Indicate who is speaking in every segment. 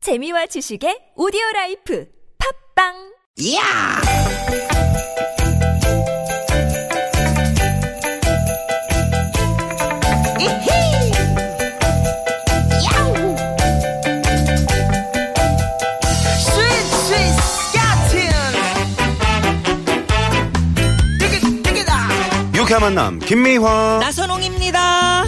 Speaker 1: 재미와 지식의 오디오 라이프 팝빵
Speaker 2: 이야! 이히! 야우! 스윗, 스윗, 야틴! 띠깃, 띠깃아!
Speaker 3: 유쾌한 만남 김미화
Speaker 2: 나선홍입니다.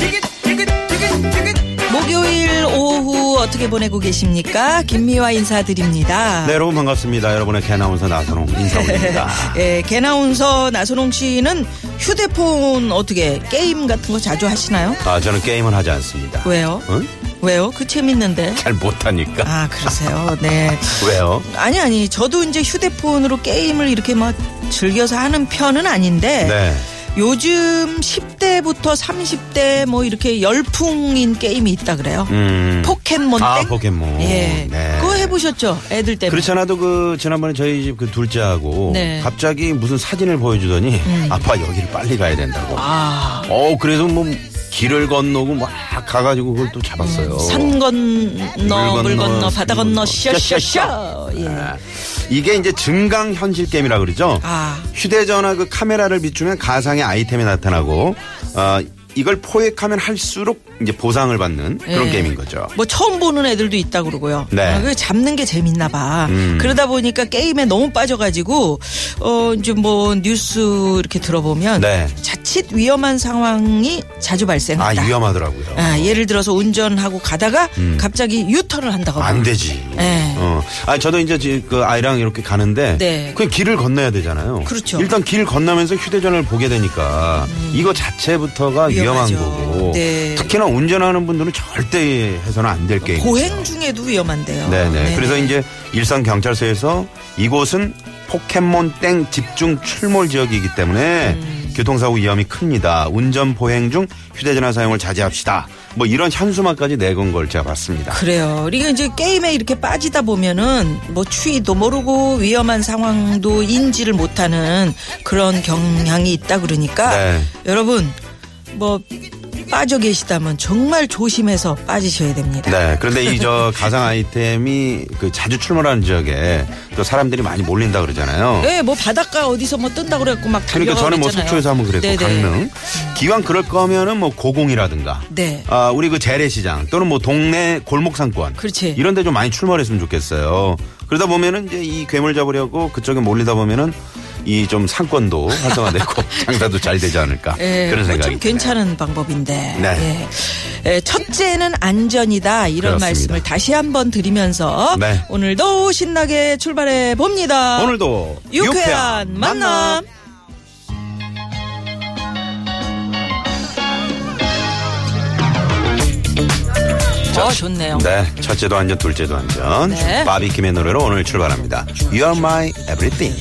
Speaker 2: 띠깃, 띠깃, 띠깃, 띠깃!
Speaker 4: 목요일 오후 어떻게 보내고 계십니까? 김미화 인사드립니다.
Speaker 3: 네 여러분 반갑습니다 여러분의 개나운서 나선홍 인사원입니다
Speaker 4: 예, 개나운서 나선홍 씨는 휴대폰 어떻게 게임 같은 거 자주 하시나요?
Speaker 3: 아 저는 게임은 하지 않습니다
Speaker 4: 왜요?
Speaker 3: 응?
Speaker 4: 왜요? 그 재밌는데.
Speaker 3: 잘 못하니까
Speaker 4: 아, 그러세요. 네.
Speaker 3: 왜요?
Speaker 4: 아니 아니. 저도 이제 휴대폰으로 게임을 이렇게 막 즐겨서 하는 편은 아닌데
Speaker 3: 네
Speaker 4: 요즘 10대부터 30대 뭐 이렇게 열풍인 게임이 있다 그래요.
Speaker 3: 음.
Speaker 4: 포켓몬
Speaker 3: 아,
Speaker 4: 땡?
Speaker 3: 포켓몬.
Speaker 4: 예.
Speaker 3: 네.
Speaker 4: 그거 해보셨죠? 애들 때문에.
Speaker 3: 그렇지 않아도 그 지난번에 저희 집 그 둘째하고
Speaker 4: 네. 음.
Speaker 3: 갑자기 무슨 사진을 보여주더니 아빠 여기를 빨리 가야 된다고
Speaker 4: 아.
Speaker 3: 어 그래서 뭐 길을 건너고 막 가가지고 그걸 또 잡았어요
Speaker 4: 음, 산 건너 물 건너 바다
Speaker 3: 산
Speaker 4: 건너
Speaker 3: 샤샤샤.
Speaker 4: 셔셔셔 예.
Speaker 3: 아, 이게 이제 증강 현실 게임이라 그러죠.
Speaker 4: 아.
Speaker 3: 휴대전화 그 카메라를 비추면 가상의 아이템이 나타나고 어, 이걸 포획하면 할수록 이제 보상을 받는 그런
Speaker 4: 예.
Speaker 3: 게임인 거죠.
Speaker 4: 뭐 처음 보는 애들도 있다 그러고요.
Speaker 3: 네. 음.
Speaker 4: 아, 그 잡는 게 재밌나 봐. 그러다 보니까 게임에 너무 빠져가지고 어 이제 뭐 뉴스 이렇게 들어보면
Speaker 3: 네.
Speaker 4: 자칫 위험한 상황이 자주
Speaker 3: 아
Speaker 4: 발생한다.
Speaker 3: 위험하더라고요. 음.
Speaker 4: 아, 예를 들어서 운전하고 가다가 갑자기 유턴을 한다거나.
Speaker 3: 안 되지.
Speaker 4: 네.
Speaker 3: 어. 아, 저도 이제 지- 그 아이랑 이렇게 가는데
Speaker 4: 네.
Speaker 3: 그냥 길을 건너야 되잖아요.
Speaker 4: 그렇죠. 음.
Speaker 3: 일단 길 건너면서 휴대전화를 보게 되니까 이거 자체부터가 위험한
Speaker 4: 위험하죠.
Speaker 3: 거고
Speaker 4: 네.
Speaker 3: 특히나 운전하는 분들은 절대 해서는 안 될 게임.
Speaker 4: 보행 중에도 위험한데요.
Speaker 3: 네네.
Speaker 4: 네네.
Speaker 3: 그래서 이제 일산 경찰서에서 이곳은 포켓몬 땡 집중 출몰 지역이기 때문에 교통사고 위험이 큽니다. 운전 보행 중 휴대전화 사용을 자제합시다. 뭐 이런 현수막까지 내건 걸 제가 봤습니다.
Speaker 4: 그래요. 우리가 이제 게임에 이렇게 빠지다 보면은 뭐 추위도 모르고 위험한 상황도 인지를 못하는 그런 경향이 있다 그러니까
Speaker 3: 네.
Speaker 4: 여러분 뭐 빠져 계시다면 정말 조심해서 빠지셔야 됩니다.
Speaker 3: 네. 그런데 이 저 가상 아이템이 그 자주 출몰하는 지역에 또 사람들이 많이 몰린다 그러잖아요.
Speaker 4: 네, 뭐 바닷가 어디서 뭐 뜬다 그랬고 막
Speaker 3: 그러니까
Speaker 4: 달려가고
Speaker 3: 저는 뭐
Speaker 4: 있잖아요.
Speaker 3: 속초에서 한번 그랬고
Speaker 4: 네네.
Speaker 3: 강릉 기왕 그럴 거면은 뭐 고공이라든가
Speaker 4: 네.
Speaker 3: 아, 우리 그 재래시장 또는 뭐 동네 골목상권.
Speaker 4: 그렇지.
Speaker 3: 이런 데 좀 많이 출몰했으면 좋겠어요. 그러다 보면은 이제 이 괴물 잡으려고 그쪽에 몰리다 보면은 이 좀 상권도 활성화되고 장사도 잘 되지 않을까.
Speaker 4: 예,
Speaker 3: 그런
Speaker 4: 그거
Speaker 3: 생각이.
Speaker 4: 참 괜찮은 방법인데.
Speaker 3: 네.
Speaker 4: 예. 예, 첫째는 안전이다 이런
Speaker 3: 그렇습니다.
Speaker 4: 말씀을 다시 한번 드리면서
Speaker 3: 네.
Speaker 4: 오늘도 신나게 출발해 봅니다.
Speaker 3: 드네요. 오늘도
Speaker 4: 유쾌한, 만남. 어 좋네요.
Speaker 3: 네, 첫째도 안전, 둘째도 안전.
Speaker 4: 네.
Speaker 3: 바비킴의 노래로 오늘 출발합니다. You are my everything.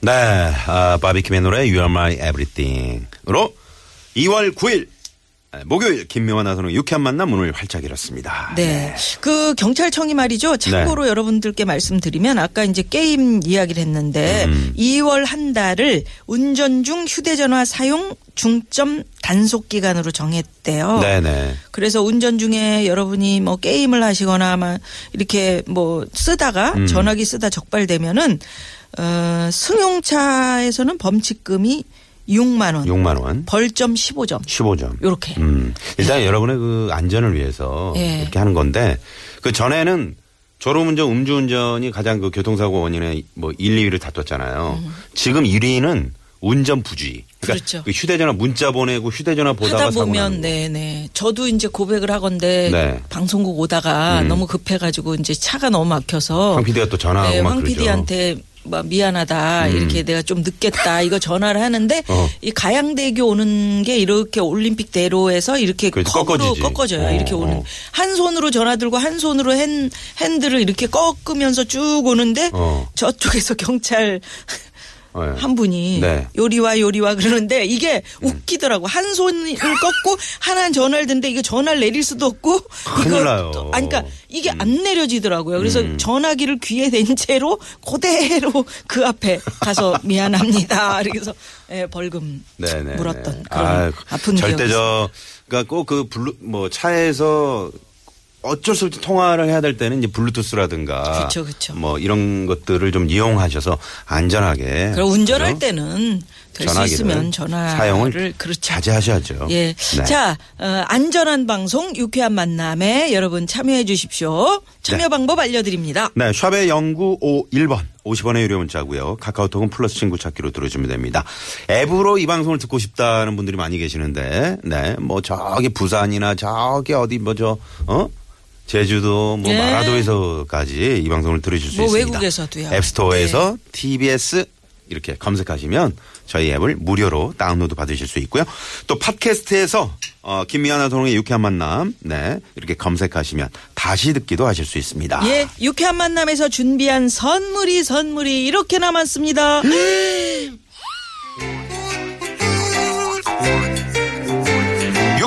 Speaker 3: 네, 아, 바비킴의 노래 You Are My Everything으로 2월 9일 아, 목요일 김미화 나선홍 유쾌한 만남 문을 활짝 열었습니다.
Speaker 4: 네. 그 경찰청이 말이죠. 참고로 여러분들께 말씀드리면 아까 이제 게임 이야기를 했는데 2월 한 달을 운전 중 휴대전화 사용 중점 단속 기간으로 정했대요.
Speaker 3: 네네.
Speaker 4: 그래서 운전 중에 여러분이 뭐 게임을 하시거나 막 이렇게 뭐 쓰다가
Speaker 3: 음.
Speaker 4: 전화기 쓰다 적발되면은 어, 승용차에서는 범칙금이 6만 원,
Speaker 3: 6만 원,
Speaker 4: 벌점 15점
Speaker 3: 15점.
Speaker 4: 요렇게.
Speaker 3: 음. 일단 여러분의 그 안전을 위해서
Speaker 4: 예.
Speaker 3: 이렇게 하는 건데 그 전에는 졸음운전, 음주운전이 가장 그 교통사고 원인의 뭐 1, 2위를 다퉜잖아요. 지금 1위는 운전 부주의. 그러니까
Speaker 4: 음. 그렇죠.
Speaker 3: 그 휴대전화 문자 보내고 휴대전화 보다가
Speaker 4: 하다
Speaker 3: 사고
Speaker 4: 보면
Speaker 3: 나는 거.
Speaker 4: 네네 저도 이제 고백을 하건데
Speaker 3: 네.
Speaker 4: 방송국 오다가 너무 급해가지고 이제 차가 너무 막혀서
Speaker 3: 황 PD가 또 전화하고
Speaker 4: 네,
Speaker 3: 막
Speaker 4: 황
Speaker 3: 그러죠. 음.
Speaker 4: PD한테 막 미안하다 이렇게 내가 좀 늦겠다 이거 전화를 하는데
Speaker 3: 어.
Speaker 4: 이 가양대교 오는 게 이렇게 올림픽 대로에서 이렇게
Speaker 3: 그렇지,
Speaker 4: 거꾸로
Speaker 3: 꺾어지지.
Speaker 4: 꺾어져요
Speaker 3: 어,
Speaker 4: 이렇게 오는
Speaker 3: 어.
Speaker 4: 한 손으로 전화 들고 한 손으로 핸 핸들을 이렇게 꺾으면서 쭉 오는데
Speaker 3: 어.
Speaker 4: 저쪽에서 경찰
Speaker 3: 네.
Speaker 4: 한 분이
Speaker 3: 네. 음.
Speaker 4: 요리와 요리와 그러는데 이게 웃기더라고. 한 손을 꺾고 하나는 전화를 듣는데 이게 전화를 내릴 수도 없고
Speaker 3: 큰일
Speaker 4: 이걸
Speaker 3: 나요. 음.
Speaker 4: 또- 아니 그러니까 이게 안 내려지더라고요. 그래서 전화기를 귀에 댄 채로 그대로 그 앞에 가서 미안합니다. 그래서 예, 벌금
Speaker 3: 네네.
Speaker 4: 물었던 그런 아, 픈
Speaker 3: 절대
Speaker 4: 기억이
Speaker 3: 저 그러니까 꼭 그 블루 뭐 차에서 어쩔 수 없이 통화를 해야 될 때는 이제 블루투스라든가
Speaker 4: 그쵸, 그쵸.
Speaker 3: 뭐 이런 것들을 좀 이용하셔서 안전하게
Speaker 4: 그리고 운전할
Speaker 3: 그죠?
Speaker 4: 때는 될 수
Speaker 3: 전화기를
Speaker 4: 있으면 전화를
Speaker 3: 사용을
Speaker 4: 그렇죠.
Speaker 3: 자제하셔야죠.
Speaker 4: 예.
Speaker 3: 네.
Speaker 4: 자, 어, 안전한 방송 유쾌한 만남에 여러분 참여해 주십시오. 참여
Speaker 3: 네.
Speaker 4: 방법 알려드립니다.
Speaker 3: 네, 샵의 0951번 50원의 유료 문자고요. 카카오톡은 플러스 친구 찾기로 들어주면 됩니다. 앱으로 이 방송을 듣고 싶다는 분들이 많이 계시는데, 네, 뭐 저기 부산이나 저기 어디 뭐저 어? 제주도 뭐
Speaker 4: 예.
Speaker 3: 마라도에서까지 이 방송을 들으실 수
Speaker 4: 뭐
Speaker 3: 있습니다.
Speaker 4: 외국에서도요. 네.
Speaker 3: 앱스토어에서 TBS 이렇게 검색하시면 저희 앱을 무료로 다운로드 받으실 수 있고요. 또 팟캐스트에서 어, 김미아나 동의 유쾌한 만남 네 이렇게 검색하시면 다시 듣기도 하실 수 있습니다.
Speaker 4: 예, 유쾌한 만남에서 준비한 선물이 선물이 이렇게 남았습니다.
Speaker 3: 음.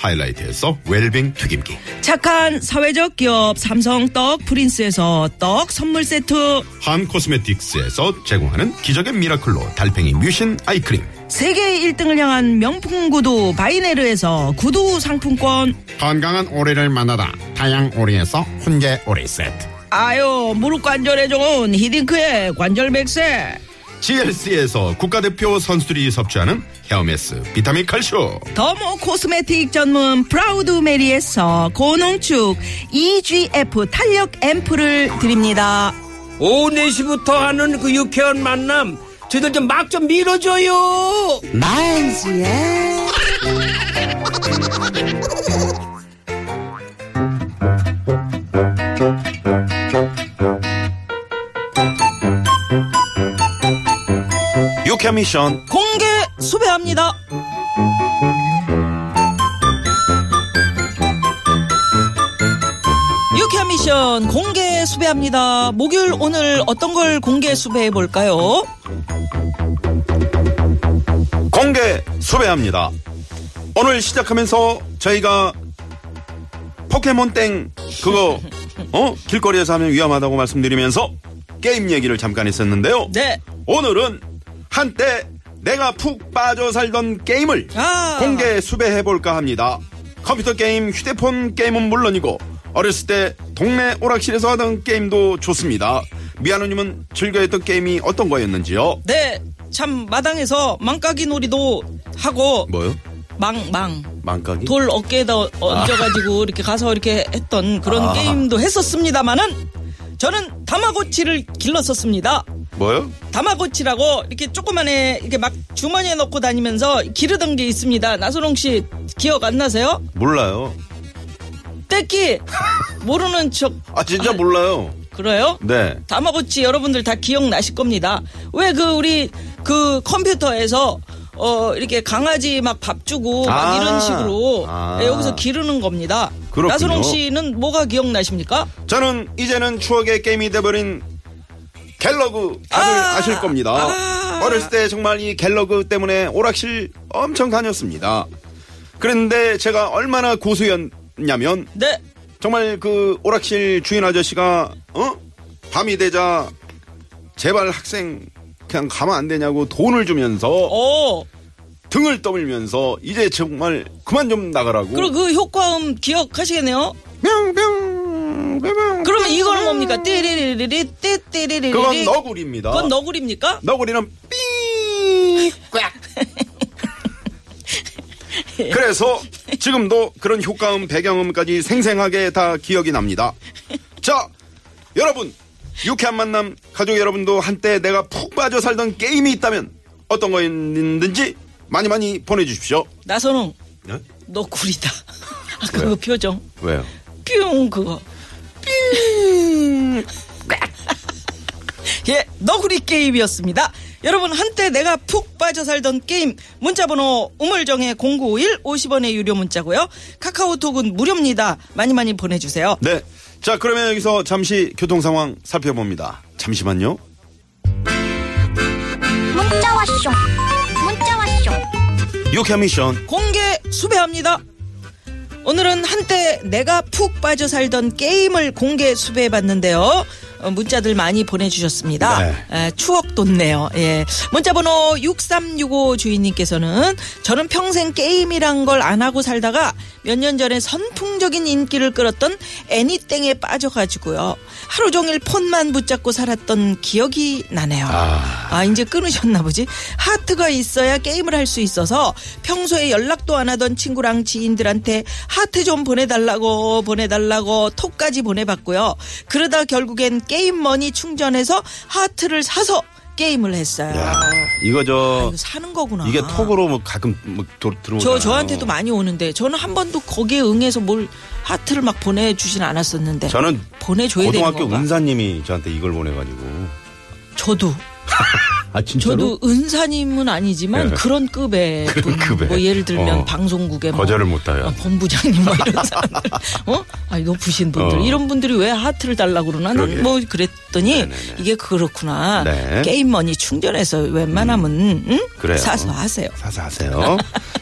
Speaker 3: 하이라이트에서 웰빙 튀김기.
Speaker 4: 착한 사회적 기업 삼성 떡 프린스에서 떡 선물 세트.
Speaker 3: 한 코스메틱스에서 제공하는 기적의 미라클로 달팽이 뮤신 아이크림.
Speaker 4: 세계 1등을 향한 명품 구두 바이네르에서 구두 상품권.
Speaker 5: 건강한 오리를 만나다 다양 오리에서 훈계 오리 세트
Speaker 4: 아유 무릎 관절에 좋은 히딩크의 관절 백세.
Speaker 3: GLC에서 국가대표 선수들이 섭취하는 헤어메스 비타민 칼슘.
Speaker 4: 더모 코스메틱 전문 프라우드 메리에서 고농축 EGF 탄력 앰플을 드립니다.
Speaker 6: 오후 4시부터 하는 그 유쾌한 만남 저희들 좀 막 좀 밀어줘요
Speaker 3: 유쾌 미션
Speaker 4: 공개 수배합니다. 유쾌한 미션 공개 수배합니다. 목요일 오늘 어떤 걸 공개 수배해 볼까요?
Speaker 3: 공개 수배합니다. 오늘 시작하면서 저희가 포켓몬 땡 그거 어 길거리에서 하면 위험하다고 말씀드리면서 게임 얘기를 잠깐 했었는데요.
Speaker 4: 네.
Speaker 3: 오늘은 한때 내가 푹 빠져 살던 게임을
Speaker 4: 아.
Speaker 3: 공개 수배해 볼까 합니다. 컴퓨터 게임, 휴대폰 게임은 물론이고 어렸을 때 동네 오락실에서 하던 게임도 좋습니다. 미아노님은 즐겨했던 게임이 어떤 거였는지요?
Speaker 4: 네. 참 마당에서 망까기 놀이도 하고
Speaker 3: 뭐요?
Speaker 4: 망망
Speaker 3: 망각이?
Speaker 4: 돌 어깨에다 얹어가지고 이렇게 가서 이렇게 했던 그런
Speaker 3: 아.
Speaker 4: 게임도 했었습니다만은 저는 다마고치를 길렀었습니다.
Speaker 3: 뭐요?
Speaker 4: 다마고치라고 이렇게 조그만해 이렇게 막 주머니에 넣고 다니면서 기르던 게 있습니다. 나선홍 씨 기억 안 나세요?
Speaker 3: 몰라요.
Speaker 4: 떼끼 모르는 척
Speaker 3: 아 진짜 몰라요.
Speaker 4: 그래요?
Speaker 3: 네.
Speaker 4: 다마고치 여러분들 다 기억나실 겁니다. 왜 그 우리 그 컴퓨터에서 어 이렇게 강아지 막 밥 주고 막
Speaker 3: 아.
Speaker 4: 이런 식으로
Speaker 3: 아.
Speaker 4: 예, 여기서 기르는 겁니다.
Speaker 3: 그렇군요.
Speaker 4: 나선홍 씨는 뭐가 기억나십니까?
Speaker 3: 저는 이제는 추억의 게임이 돼버린 갤러그 다들
Speaker 4: 아.
Speaker 3: 아~ 실 겁니다.
Speaker 4: 아.
Speaker 3: 어렸을 때 정말 이 갤러그 때문에 오락실 엄청 다녔습니다. 그런데 제가 얼마나 고수였냐면
Speaker 4: 네.
Speaker 3: 정말 그 오락실 주인 아저씨가 어 밤이 되자 제발 학생 그냥 가면 안 되냐고 돈을 주면서
Speaker 4: 어.
Speaker 3: 등을 떠밀면서 이제 정말 그만 좀 나가라고
Speaker 4: 그리고 그 효과음 기억하시겠네요.
Speaker 3: 뿅뿅 뿅뿅
Speaker 4: 그러면 이거는 뭡니까? 띠리리리리 띠띠리리리.
Speaker 3: 그건 너구리입니다.
Speaker 4: 그건 너구리입니까?
Speaker 3: 너구리는 삥 꽉. 그래서 지금도 그런 효과음 배경음까지 생생하게 다 기억이 납니다. 자, 여러분 유쾌한 만남 가족 여러분도 한때 내가 푹 빠져 살던 게임이 있다면 어떤 거 있는지 많이 많이 보내주십시오.
Speaker 4: 나선홍
Speaker 3: 네?
Speaker 4: 너 구리다. 아,
Speaker 3: 왜요?
Speaker 4: 그거 표정.
Speaker 3: 왜요?
Speaker 4: 뿅 그거. 예, 너구리 게임이었습니다. 여러분 한때 내가 푹 빠져 살던 게임 문자번호 우물정의 0951 50원의 유료 문자고요. 카카오톡은 무료입니다. 많이 많이 보내주세요.
Speaker 3: 네. 자, 그러면 여기서 잠시 교통 상황 살펴봅니다. 잠시만요.
Speaker 7: 문자 왔쇼 문자 왔쇼
Speaker 3: 유쾌한 미션.
Speaker 4: 공개 수배합니다. 오늘은 한때 내가 푹 빠져 살던 게임을 공개 수배해 봤는데요. 어, 문자들 많이 보내주셨습니다.
Speaker 3: 네.
Speaker 4: 에, 추억 돋네요. 예. 문자번호 6365 주인님께서는 저는 평생 게임이란 걸 안 하고 살다가 몇 년 전에 선풍적인 인기를 끌었던 애니땡에 빠져가지고요. 하루 종일 폰만 붙잡고 살았던 기억이 나네요. 아, 이제 끊으셨나 보지? 하트가 있어야 게임을 할 수 있어서 평소에 연락도 안 하던 친구랑 지인들한테 하트 좀 보내달라고 보내달라고 톡까지 보내봤고요. 그러다 결국엔 게임머니 충전해서 하트를 사서 게임을 했어요.
Speaker 3: 야, 이거
Speaker 4: 아,
Speaker 3: 저
Speaker 4: 이거 사는 거구나.
Speaker 3: 이게 톡으로 뭐 가끔 뭐 들어오죠.
Speaker 4: 저 저한테도 많이 오는데 저는 한 번도 거기에 응해서 뭘 하트를 막 보내주진 않았었는데
Speaker 3: 저는
Speaker 4: 보내줘야 되는
Speaker 3: 고등학교
Speaker 4: 건가?
Speaker 3: 은사님이 저한테 이걸 보내가지고.
Speaker 4: 저도
Speaker 3: 아 진짜로?
Speaker 4: 저도 은사님은 아니지만
Speaker 3: 예.
Speaker 4: 그런 급의 분,
Speaker 3: 급의.
Speaker 4: 뭐 예를 들면
Speaker 3: 어.
Speaker 4: 방송국의 뭐
Speaker 3: 거절을 못해요.
Speaker 4: 어, 본부장님 뭐 이런 사람들 어 아니 높으신 분들
Speaker 3: 어.
Speaker 4: 이런 분들이 왜 하트를 달라고 그러나
Speaker 3: 그러게.
Speaker 4: 난 뭐 그랬더니
Speaker 3: 네네네.
Speaker 4: 이게 그렇구나
Speaker 3: 네. 음.
Speaker 4: 게임머니 충전해서 웬만하면 응?
Speaker 3: 그래요.
Speaker 4: 사서 하세요
Speaker 3: 사서 하세요.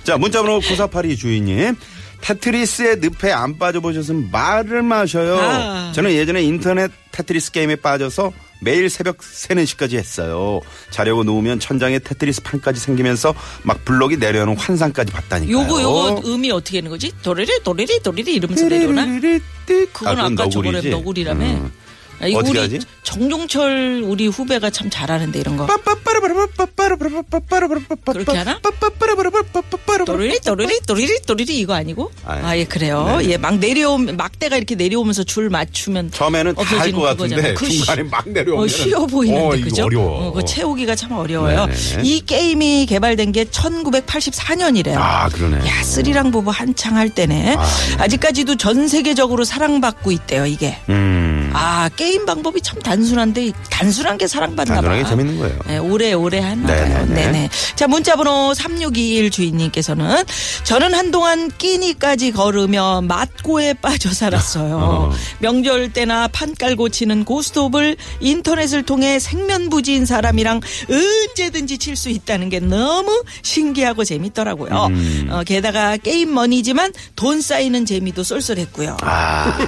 Speaker 3: 자, 문자번호 9482 주인님. 테트리스의 늪에 안 빠져보셨으면 말을 마셔요.
Speaker 4: 아.
Speaker 3: 저는 예전에 인터넷 테트리스 게임에 빠져서 매일 새벽 3, 4시까지 했어요. 자려고 누우면 천장에 테트리스 판까지 생기면서 막 블록이 내려오는 환상까지 봤다니까요.
Speaker 4: 요거 요거 음이 어떻게 되는 거지 도리리 도리리 도리리 이러면서 내려오나
Speaker 3: 띠리리리리 띠.
Speaker 4: 그건 아,
Speaker 3: 그건
Speaker 4: 까 저번에
Speaker 3: 너구리지.
Speaker 4: 너구리라며
Speaker 3: 음.
Speaker 4: 아, 이거
Speaker 3: 어떻게
Speaker 4: 우리
Speaker 3: 하지?
Speaker 4: 정종철 우리 후배가 참 잘하는데 이런 거 그렇게 하나? 또르리 또르리 또르리 또르리 이거 아니고?
Speaker 3: 아니.
Speaker 4: 아 예 그래요.
Speaker 3: 네.
Speaker 4: 예 막 내려오면 막대가 이렇게 내려오면서 줄 맞추면
Speaker 3: 처음에는 다할
Speaker 4: 없어지는
Speaker 3: 것 같은데
Speaker 4: 그거잖아요. 그
Speaker 3: 중간에
Speaker 4: 쉬-
Speaker 3: 막 내려오면은
Speaker 4: 어, 쉬워 보이는데
Speaker 3: 어, 이거
Speaker 4: 그죠?
Speaker 3: 어려워.
Speaker 4: 어, 그거 채우기가 참 어려워요.
Speaker 3: 네네네.
Speaker 4: 이 게임이 개발된 게 1984년이래요.
Speaker 3: 아, 그러네.
Speaker 4: 야 쓰리랑 부부 한창 할 때네.
Speaker 3: 아,
Speaker 4: 아,
Speaker 3: 네.
Speaker 4: 직까지도전 세계적으로 사랑받고 있대요 이게.
Speaker 3: 음.
Speaker 4: 아 게임 방법이 참 단순한데 이- 단순한 게 사랑받나 봐.
Speaker 3: 단순하게 재밌는 거예요.
Speaker 4: 네, 오래오래 하나 봐요.
Speaker 3: 네네네.
Speaker 4: 네네. 자, 문자번호 3621 주인님께서는 저는 한동안 끼니까지 걸으며 맛고에 빠져 살았어요.
Speaker 3: 어.
Speaker 4: 명절 때나 판 깔고 치는 고스톱을 인터넷을 통해 생면부지인 사람이랑 언제든지 칠 수 있다는 게 너무 신기하고 재밌더라고요.
Speaker 3: 음.
Speaker 4: 어, 게다가 게임 머니지만 돈 쌓이는 재미도 쏠쏠했고요.
Speaker 3: 아,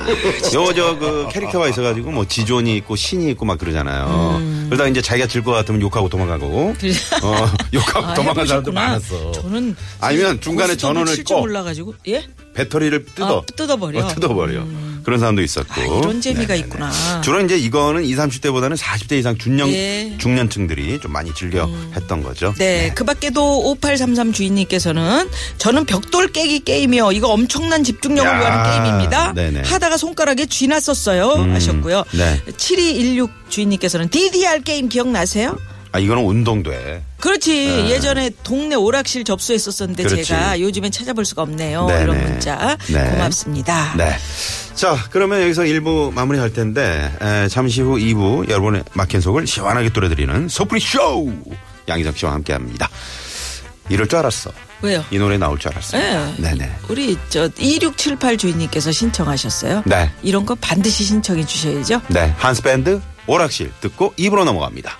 Speaker 3: 요, 저, 그, 캐릭터가 있어가지고, 뭐, 지존이 있고, 신이 있고, 막 그러잖아요.
Speaker 4: 음.
Speaker 3: 그러다가 이제 자기가 질 것 같으면 욕하고 도망가고, 어, 욕하고
Speaker 4: 아,
Speaker 3: 도망간 사람도
Speaker 4: 해보셨구나.
Speaker 3: 많았어.
Speaker 4: 저는
Speaker 3: 아니면 중간에
Speaker 4: 고스톱을
Speaker 3: 전원을
Speaker 4: 칠 줄
Speaker 3: 꺼.
Speaker 4: 몰라가지고 예?
Speaker 3: 배터리를 뜯어.
Speaker 4: 아, 뜯어버려.
Speaker 3: 어, 뜯어버려. 그런 사람도 있었고.
Speaker 4: 아, 이런 재미가
Speaker 3: 네네네.
Speaker 4: 있구나.
Speaker 3: 주로 이제 이거는 20, 30대보다는 40대 이상 중년,
Speaker 4: 예.
Speaker 3: 중년층들이 좀 많이 즐겨 했던 거죠.
Speaker 4: 네, 그 밖에도 5833 주인님께서는 저는 벽돌 깨기 게임이요. 이거 엄청난 집중력을
Speaker 3: 야,
Speaker 4: 요하는 게임입니다.
Speaker 3: 네네.
Speaker 4: 하다가 손가락에 쥐나 썼어요.
Speaker 3: 음,
Speaker 4: 하셨고요.
Speaker 3: 네.
Speaker 4: 7216 주인님께서는 DDR 게임 기억나세요?
Speaker 3: 아, 이거는 운동돼.
Speaker 4: 그렇지. 예전에 동네 오락실 접수했었었는데
Speaker 3: 아. 그렇지.
Speaker 4: 제가 요즘엔 찾아볼 수가 없네요.
Speaker 3: 네네.
Speaker 4: 이런 문자.
Speaker 3: 네.
Speaker 4: 고맙습니다.
Speaker 3: 네. 자, 그러면 여기서 1부 마무리할 텐데 에, 잠시 후 2부 여러분의 막힌 속을 시원하게 뚫어드리는 소프리 쇼 양희석 씨와 함께합니다. 이럴 줄 알았어.
Speaker 4: 왜요?
Speaker 3: 이 노래 나올 줄 알았어.
Speaker 4: 네.
Speaker 3: 네네.
Speaker 4: 우리 저 2678 주인님께서 신청하셨어요.
Speaker 3: 네.
Speaker 4: 이런 거 반드시 신청해 주셔야죠.
Speaker 3: 네. 한스밴드 오락실 듣고 2부로 넘어갑니다.